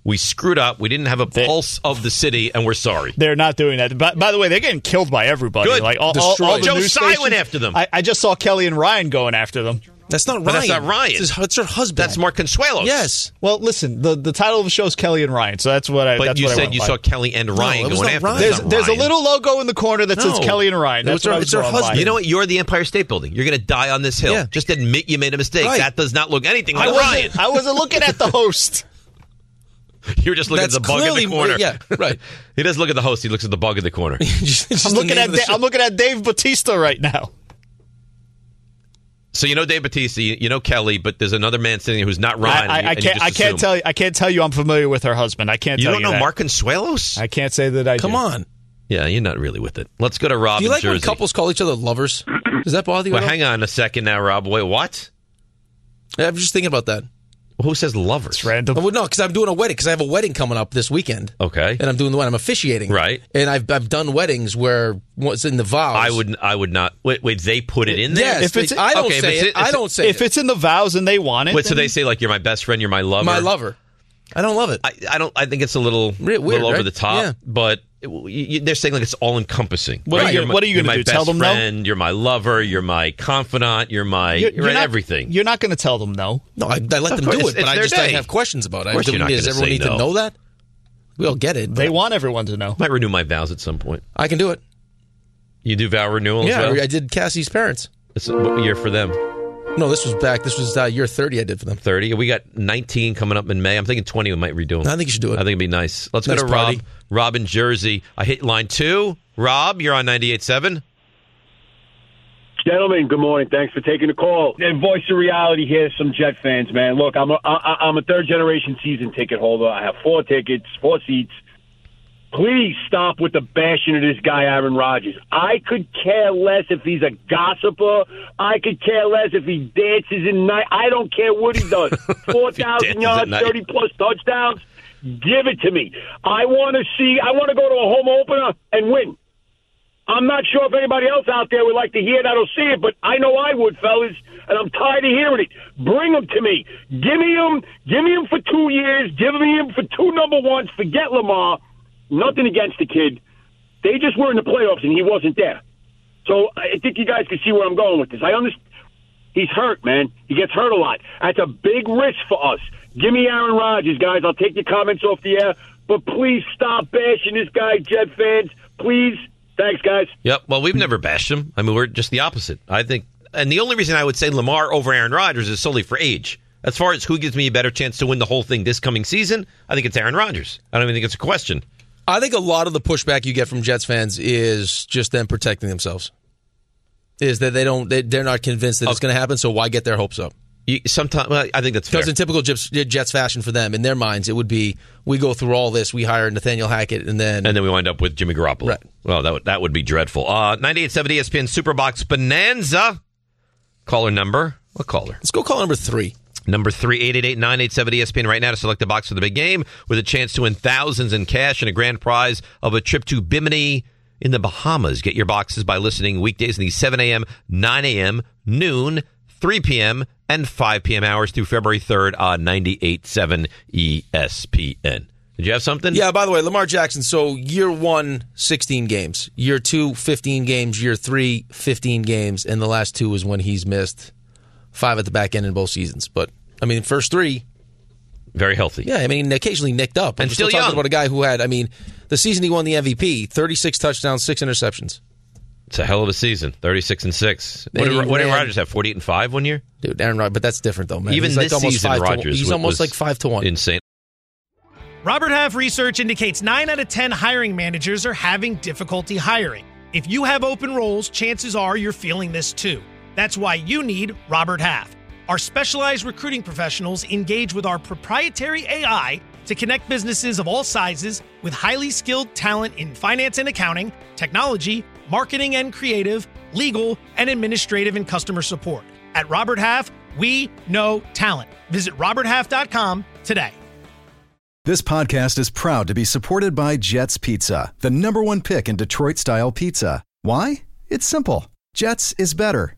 We screwed up. We didn't have a pulse of the city, and we're sorry. They're not doing that. By, by the way, they're getting killed by everybody. Good. Like all, all, all Destroyed. the Joe news Tsai went stations- after them. I, I just saw Kelly and Ryan going after them. That's not Ryan. But that's not Ryan. It's, his, it's her husband. That's Mark Consuelos. Yes. Well, listen, the, the title of the show is Kelly and Ryan, so that's what I. But that's you what I said went you by. saw Kelly and Ryan it was going not after them. Ryan. It's There's, not there's a Ryan. little logo in the corner that says No. Kelly and Ryan. It That's was her- what I was it's her drawing by. husband. You know what? You're the Empire State Building. You're going to die on this hill. Yeah. Just admit you made a mistake. Right. That does not look anything like I Ryan. wasn't, I wasn't looking at the host. You're just looking That's at the bug in clearly- the corner. yeah, right. he doesn't look at the host. He looks at the bug in the corner. Just- just I'm the looking name at of the da- show. I'm looking at Dave Batista right now. so you know Dave Batista, you you know Kelly, but there's another man sitting here who's not Ryan. I, I, and you- I and you can't just I can't assume. tell you I can't tell you I'm familiar with her husband. I can't You tell don't you know that. Mark Consuelos? I can't say that I Come do. on. Yeah, you're not really with it. Let's go to Rob. Do you in like when Jersey. couples call each other lovers? Does that bother you? Well, at all? hang on a second now, Rob. Wait, what? I'm just thinking about that. Who says lovers? That's Random. Well, no, because I'm doing a wedding. Because I have a wedding coming up this weekend. Okay. And I'm doing the wedding. I'm officiating. Right. And I've I've done weddings where what's in the vows. I would. I would not. Wait, wait. They put it in there. Oh, Yes. If If it's- it's, I don't okay, if say it's- it. it's- I don't say If it. it's in the vows and they want it, Mm-hmm. Wait. So then- they say like you're my best friend. You're my lover. my lover. I don't love it. I, I don't. I think it's a little, Re- weird, little over right? the top. Yeah. But it- you- you- they're saying like it's all encompassing. What are you- my- what are you you're gonna my do? Best Tell them no? friend, You're my lover. You're my confidant. You're my. You're, in not, everything. You're not going to tell them no. no, I, I let them course, do it's- it, but it's I their just I day. have questions about it. course I you're don't- not does gonna everyone say need no. to know that? We all get it. They But want everyone to know. I might renew my vows at some point. I can do it. You do vow renewal. Yeah, as well? I did Cassie's parents. It's what year for them? No, this was back. This was uh, year 30 I did for them. Thirty. We got nineteen coming up in May. I'm thinking twenty. We might redo them. I think you should do it. I think it'd be nice. Let's Nice go to party. Rob. Rob in Jersey. I hit line two. Rob, you're on 98.7. Gentlemen, good morning. Thanks for taking the call. And voice of reality here, some Jet fans, man. Look, I'm a, I, I'm a third generation season ticket holder. I have four tickets, four seats. Please stop with the bashing of this guy, Aaron Rodgers. I could care less if he's a gossiper. I could care less if he dances in night. I don't care what he does. dances 4,000 at yards, night. 30 plus touchdowns. Give it to me. I want to see, I want to go to a home opener and win. I'm not sure if anybody else out there would like to hear that or see it, but I know I would, fellas, and I'm tired of hearing it. Bring them to me. Give me them. Give me them for two years. Give me them for two number ones. Forget Lamar. Nothing against the kid. They just were in the playoffs, and he wasn't there. So I think you guys can see where I'm going with this. I understand. He's hurt, man. He gets hurt a lot. That's a big risk for us. Give me Aaron Rodgers, guys. I'll take your comments off the air, but please stop bashing this guy, Jet fans. Please. Thanks, guys. Yep. Well, we've never bashed him. I mean, we're just the opposite. I think, and the only reason I would say Lamar over Aaron Rodgers is solely for age. As far as who gives me a better chance to win the whole thing this coming season, I think it's Aaron Rodgers. I don't even think it's a question. I think a lot of the pushback you get from Jets fans is just them protecting themselves. Is that they don't they, they're not convinced that it's going to happen, so why get their hopes up? sometimes I think that's because in typical Jets, Jets fashion for them, in their minds, it would be we go through all this, we hire Nathaniel Hackett, and then And then we wind up with Jimmy Garoppolo. Well, that would, that would be dreadful. Uh, 9870 ESPN Superbox Bonanza. Caller number. What caller? Let's go call number three. Number three, 888-9870 ESPN right now to select the box for the big game with a chance to win thousands in cash and a grand prize of a trip to Bimini in the Bahamas. Get your boxes by listening weekdays in the 7 a.m., 9 a.m., noon, 3 p.m., and 5 p.m. hours through February uh, 3rd on 98.7 E ESPN. Did you have something? Yeah, by the way, Lamar Jackson, so year one, 16 games. Year two, 15 games. Year three, 15 games. And the last two is when he's missed five at the back end in both seasons. But, I mean, first three. Very healthy. Yeah, I mean, occasionally nicked up. And we're still young. talking about a guy who had, I mean, the season he won the MVP, 36 touchdowns, six interceptions. It's a hell of a season. 36 and 6. And What he did, what did ran- Rodgers have? 48 and 5 one year? Dude, Aaron Rodgers, but that's different, though, man. Even he's this like almost season, five to, Rodgers He's wa- almost was like five to one. Insane. Robert Half research indicates 9 out of 10 hiring managers are having difficulty hiring. If you have open roles, chances are you're feeling this too. That's why you need Robert Half. Our specialized recruiting professionals engage with our proprietary AI to connect businesses of all sizes with highly skilled talent in finance and accounting, technology, marketing and creative, legal, and administrative and customer support. At Robert Half, we know talent. Visit roberthalf.com today. This podcast is proud to be supported by Jets Pizza, the number one pick in Detroit style pizza. Why? It's simple. Jets is better.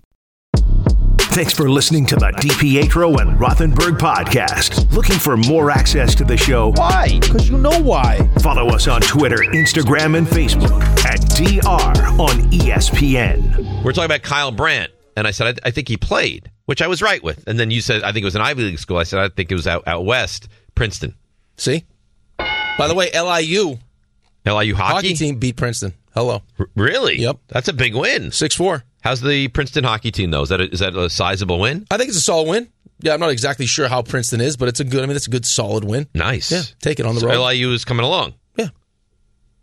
Thanks for listening to the DPetro and Rothenberg podcast. Looking for more access to the show? Why? Because you know why. Follow us on Twitter, Instagram, and Facebook at DR on E ESPN. We're talking about Kyle Brandt, and I said I, I think he played, which I was right with. And then you said I think it was an Ivy League school. I said I think it was out, out west, Princeton. See, By the way, LIU. LIU hockey, team beat Princeton. Hello. really? Yep, that's a big win. Six four. How's the Princeton hockey team though? Is that a, is that a sizable win? I think it's a solid win. Yeah, I'm not exactly sure how Princeton is, but it's a good. I mean, it's a good, solid win. Nice. Yeah, take it on the So road. LIU is coming along. Yeah.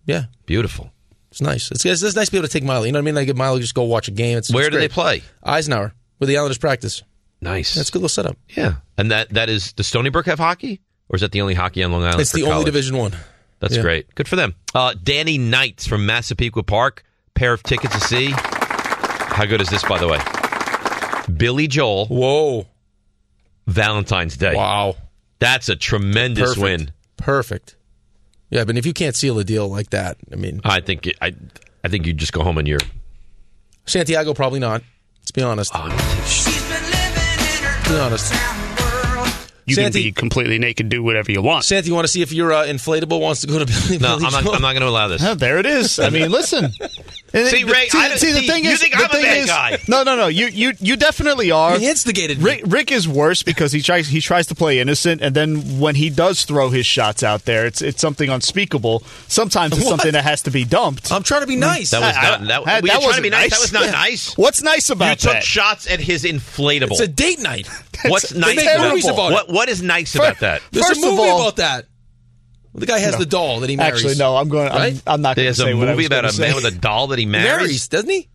Yeah. Beautiful. It's nice. It's, it's, it's nice to be able to take Milo. You know what I mean? Like Milo just go watch a game. It's, Where it's do they great. play? Eisenhower with the Islanders practice. Nice. That's a good little setup. Yeah, and that that is does Stony Brook have hockey, or is that the only hockey on Long Island? It's for the only college? Division One. That's Yeah. great. Good for them. Uh, Danny Knights from Massapequa Park, pair of tickets to see. How good is this, by the way? Billy Joel. Whoa. Valentine's Day. Wow. That's a tremendous Perfect. win. Perfect. Yeah, but if you can't seal a deal like that, I mean, I think it- I, I think you just go home and you're. Santiago probably not. Let's be honest. be honest. You Santi- can be completely naked, do whatever you want. Santa, you want to see if your uh, inflatable wants to go to Billy? No, I'm not, I'm not going to allow this. Oh, there it is. I mean, listen. And See, the- Ray, I don't- see, the see, thing you is, think the I'm a thing bad is- guy. No, no, no. You, you, you definitely are. He instigated. Rick, Rick is worse because he tries he tries to play innocent, and then when he does throw his shots out there, it's it's something unspeakable. Sometimes it's something that has to be dumped. I'm trying to be nice. Mm-hmm. That was not. That, we were trying to be nice. That was not nice. What's nice about you took that? shots at his inflatable. It's a date night. What's They nice make about movies that? about it. What What is nice about that? There's a movie all- about that. The guy has No. the doll that he marries. Actually, no. I'm going. Right? I'm, I'm not going There's to say a what I movie was about gonna a say. man with a doll that he marries. Marries, doesn't he?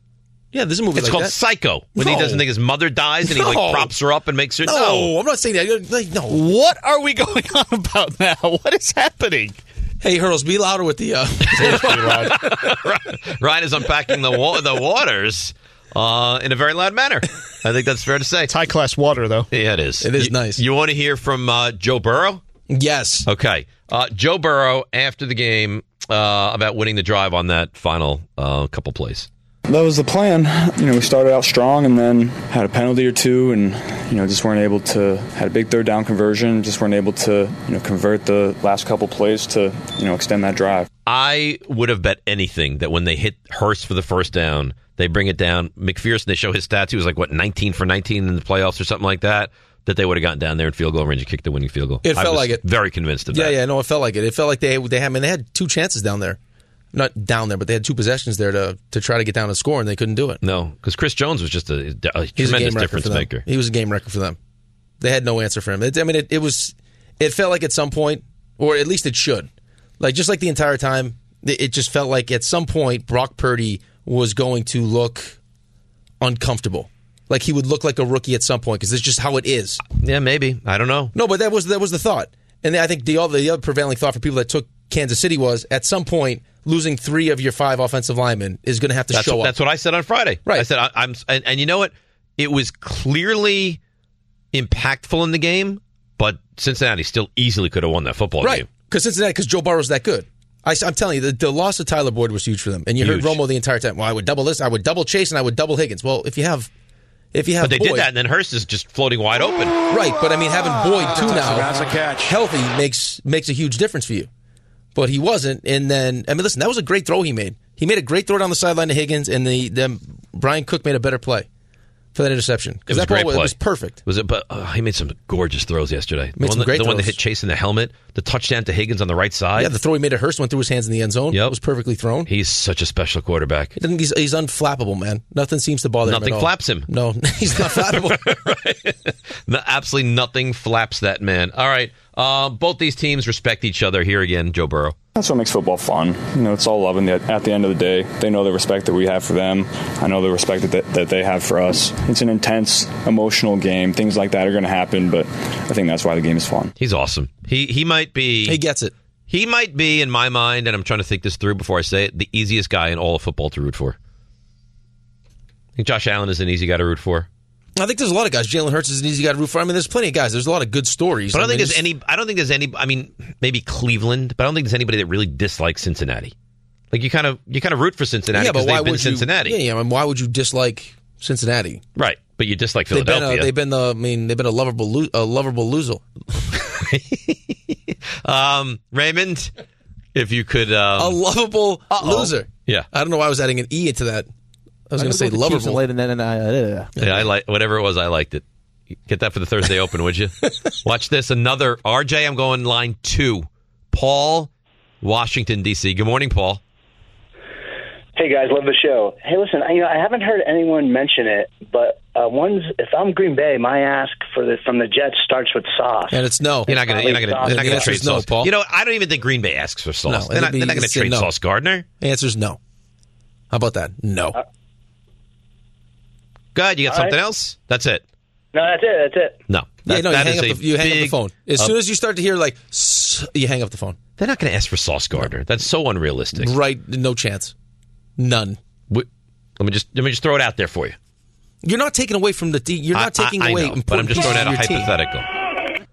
Yeah, there's a movie It's like called that. Psycho. When he No. doesn't think his mother dies, and he No. like props her up and makes her. No, I'm not saying that. You're Like, no. What are we going on about now? What is happening? Hey, Hurls, be louder with the. Uh, Ryan is unpacking the wa- the waters uh, in a very loud manner. I think that's fair to say. It's high class water, though. Yeah, it is. It is You- nice. You want to hear from uh, Joe Burrow? Yes. Okay. Uh, Joe Burrow after the game uh, about winning the drive on that final uh, couple plays. That was the plan. You know, we started out strong and then had a penalty or two, and you know, just weren't able to had a big third down conversion. Just weren't able to you know convert the last couple plays to you know extend that drive. I would have bet anything that when they hit Hurst for the first down, they bring it down. McPherson, they show his stats. He was like, what, 19 for 19 in the playoffs or something like that, that they would have gotten down there in field goal range and kicked the winning field goal. It I felt was like it. Very convinced of yeah, that. yeah. No, it felt like it. It felt like they they had. I mean, they had two chances down there, not down there, but they had two possessions there to to try to get down and score, and they couldn't do it. No, because Chris Jones was just a, a He was a tremendous game record difference for them. maker. He was a game record for them. They had no answer for him. It, I mean, it, it was. It felt like at some point, or at least it should, like just like the entire time, it, it just felt like at some point Brock Purdy was going to look uncomfortable. Like he would look like a rookie at some point because that's just how it is. Yeah, maybe. I don't know. No, but that was that was the thought, and I think the other the other prevailing thought for people that took Kansas City was at some point losing three of your five offensive linemen is going to have to that's, show up. that's what I said on Friday. Right. I said I, I'm, and, and you know what? It was clearly impactful in the game, but Cincinnati still easily could have won that football right. game. Because Cincinnati, because Joe Burrow's that good. I, am telling you, the, the loss of Tyler Boyd was huge for them. And you heard Huge. Romo the entire time. Well, I would double this, I would double Chase, and I would double Higgins. Well, if you have, if you have, But they Boyd- did that, and then Hurst is just floating wide open. right? But I mean, having Boyd too now, That's a healthy makes makes a huge difference for you. But he wasn't, and then I mean, listen, that was a great throw he made. He made a great throw down the sideline to Higgins, and the then Brian Cook made a better play for that interception It because was that a great ball was, play. was perfect. Was it? But uh, he made some gorgeous throws yesterday. the Made one, some that, great the one that throws. hit Chase in the helmet, the touchdown to Higgins on the right side. Yeah, the throw he made at Hurst went through his hands in the end zone. It was perfectly thrown. He's such a special quarterback. He doesn't- He's, he's unflappable, man. Nothing seems to bother him. Nothing at all. flaps him. No, he's not flappable. No, absolutely nothing flaps that man. All right, uh, both these teams respect each other. Here again, Joe Burrow. That's what makes football fun. You know, it's all love, and at at the end of the day, they know the respect that we have for them. I know the respect that, that, that they have for us. It's an intense, emotional game. Things like that are going to happen, but I think that's why the game is fun. He's awesome. He he might be. He gets it. He might be, in my mind, and I'm trying to think this through before I say it, the easiest guy in all of football to root for. I think Josh Allen is an easy guy to root for. I think there's a lot of guys. Jalen Hurts is an easy guy to root for. I mean, there's plenty of guys. There's a lot of good stories. But I don't mean, think there's it's- any. I don't think there's any. I mean, maybe Cleveland, but I don't think there's anybody that really dislikes Cincinnati. Like you kind of you kind of root for Cincinnati Yeah, but because why they've been would Cincinnati, you? Yeah, yeah. I mean, why would you dislike Cincinnati? right? But you dislike They've been, Philadelphia. a, they've been the. I mean, they've been a lovable, lo- a lovable loser. um, Raymond, if you could, um, a lovable loser. Yeah. I don't know why I was adding an e into that. I was going to say lovable. Yeah, I like whatever it was. I liked it. Get that for the Thursday Open, would you? Watch this. Another RJ. I'm going line two. Paul, Washington D.C. Good morning, Paul. Hey guys, love the show. Hey, listen, I, you know I haven't heard anyone mention it, but uh, one's if I'm Green Bay, my ask for the from the Jets starts with sauce. And it's no. You're not gonna. You're not gonna. You're not gonna trade no, sauce. Paul. You know, I don't even think Green Bay asks for sauce. they're, it'd not, be- they're not gonna say trade no. sauce. Gardner. Answer's no. How about that? No. Uh, Good. You got All right. something else? That's it. No, that's it. That's it. No. Yeah, That- no. You that hang, is up a the, you hang up the big- phone as uh, soon as you start to hear like, "Sss," you hang up the phone. They're not going to ask for Sauce Gardner. That's so unrealistic. Right? No chance. None. Let me just let me just throw it out there for you. You're not taking away from the. D- You're not I- taking I, I away. know, but I'm important just throwing pieces out a of your team. hypothetical.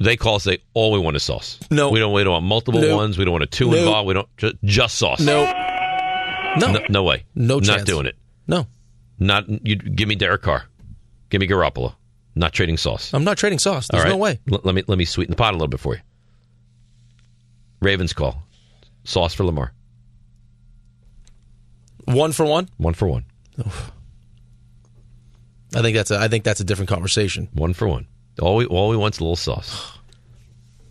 They call say all we want is sauce. No. we don't. We don't want multiple No. ones. We don't want a two No. involved. We don't just, just sauce. No. no, no, way. No not chance. doing it. No. Not you. Give me Derek Carr. Give me Garoppolo. Not trading sauce. I'm not trading sauce. There's All right? no way. L- let me let me sweeten the pot a little bit for you. Ravens call sauce for Lamar. One for one. One for one. I think that's a, I think that's a different conversation. One for one. All we all we want's a little sauce.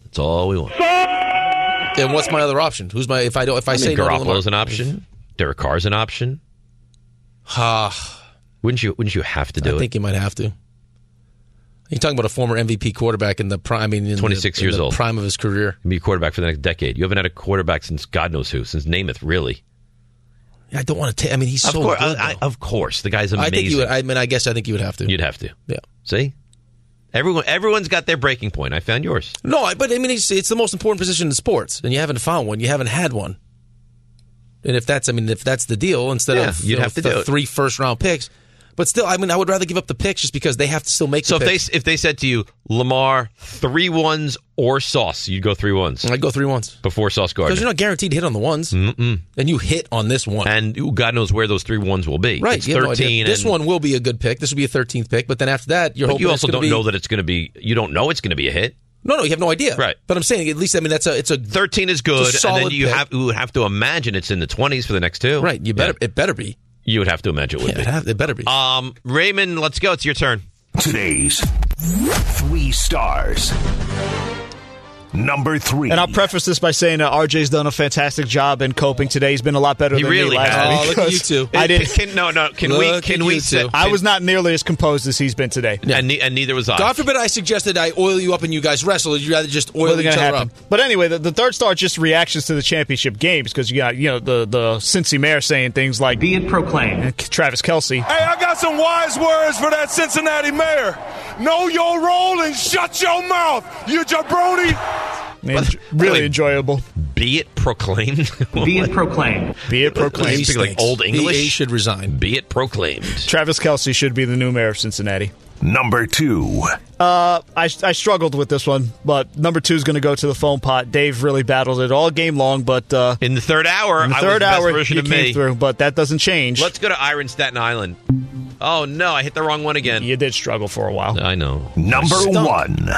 That's all we want. And what's my other option? Who's my if I don't if I, I mean, say no to Lamar- Garoppolo's an option. Derek Carr's an option. Ha. wouldn't you wouldn't you have to do Ah. I it? think you might have to. You're talking about a former MVP quarterback in the prime. I mean, in the- 26 in years the old. prime of his career. Be a quarterback for the next decade. You haven't had a quarterback since God knows who, since Namath, really. I don't want to take. I mean, he's of so course, good. I, I- of course, the guy's I amazing. think you. Would, I mean, I guess I think you would have to. You'd have to. Yeah. See, everyone everyone's got their breaking point. I found yours. No, I- but I mean, it's, it's the most important position in sports, and you haven't found one. You haven't had one. And if that's, I mean, if that's the deal, instead Yeah, of you'd have to the do it. three first round picks, but still, I mean, I would rather give up the picks just because they have to still make. So the if they picks. if they said to you Lamar three ones or Sauce, you'd go three ones. I'd go three ones before Sauce Gardner. because you're not guaranteed to hit on the ones, Mm-mm. and you hit on this one, and God knows where those three ones will be. right? It's you have no idea. thirteen. this and- one will be a good pick. This will be a thirteenth pick, but then after that, you're but hoping you it's also gonna don't be- know that it's going to be. You don't know it's going to be a hit. No, no, you have no idea. Right. But I'm saying at least I mean that's a it's a 13 is good, It's a and then solid you pick. have you would have to imagine it's in the twenties for the next two. Right, you better- it better be. You would have to imagine it would it, have, it better be. be. Um, Raymond, let's go. It's your turn. Today's three stars. Number three. And I'll preface this by saying that RJ's done a fantastic job in coping today. He's been a lot better He than really me last has. week. Oh, look at you because two. I didn't. Can- no, no, can we- Look can at we you say- two. I was not nearly as composed as he's been today. And, ne- and neither was I. God forbid I suggested I oil you up and you guys wrestle. You'd rather just oil Wasn't each gonna other happen. up. But anyway, the, the third star is just reactions to the championship games because you got you know the the Cincy mayor saying things like "Be it proclaimed." Travis Kelsey. Hey, I got some wise words for that Cincinnati mayor. Know your role and shut your mouth, you jabroni. Man, really enjoyable. Be it proclaimed. Be it proclaimed. Be it proclaimed. Speak like old English. He should resign. Be it proclaimed. Travis Kelsey should be the new mayor of Cincinnati. Number two. Uh, I, I struggled with this one, but number two is going to go to the foam pot. Dave really battled it all game long, but uh, in the third hour, in the I was third the best hour version you of came me. through, but that doesn't change. Let's go to Iron Staten Island. Oh no, I hit the wrong one again. You did struggle for a while. I know. Number Stunk. one.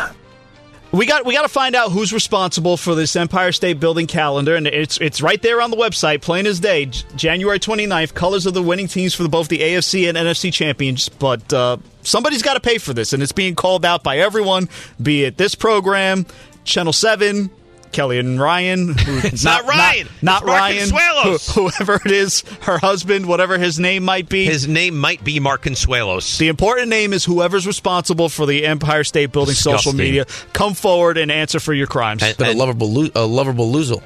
We got we got to find out who's responsible for this Empire State Building calendar, and it's it's right there on the website, plain as day. J- January 29th, colors of the winning teams for the, both the AFC and NFC champions. But uh, somebody's got to pay for this, and it's being called out by everyone, be it this program, Channel Seven. Kelly and Ryan, who, It's not Ryan. not, It's Mark Ryan, who- Consuelos. whoever it is, her husband, whatever his name might be. His name might be Mark Consuelos. The important name is whoever's responsible for the Empire State Building social Disgusting. media. Come forward and answer for your crimes. But a lovable lo- a lovable loser.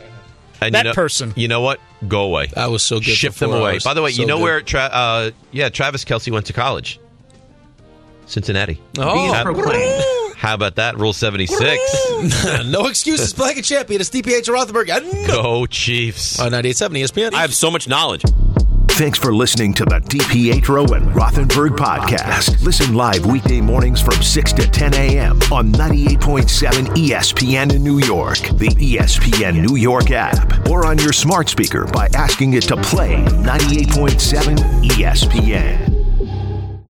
And you That know, person. You know what? Go away. I was so good. Ship for them four away. hours. By the way, So you know good. where? Tra- uh, yeah, Travis Kelsey went to college. Cincinnati. Oh. how, how about that? Rule seventy six. no excuses. Black and champion. It's DPH Rothenberg. I know. Go Chiefs. On E 98.7 ESPN. I have so much knowledge. Thanks for listening to the DPetro and Rothenberg podcast. Listen live weekday mornings from 6 to 10 a.m. on 98.7 ESPN in New York, the E ESPN New York app, E or on your smart speaker by asking it to play 98.7 ESPN.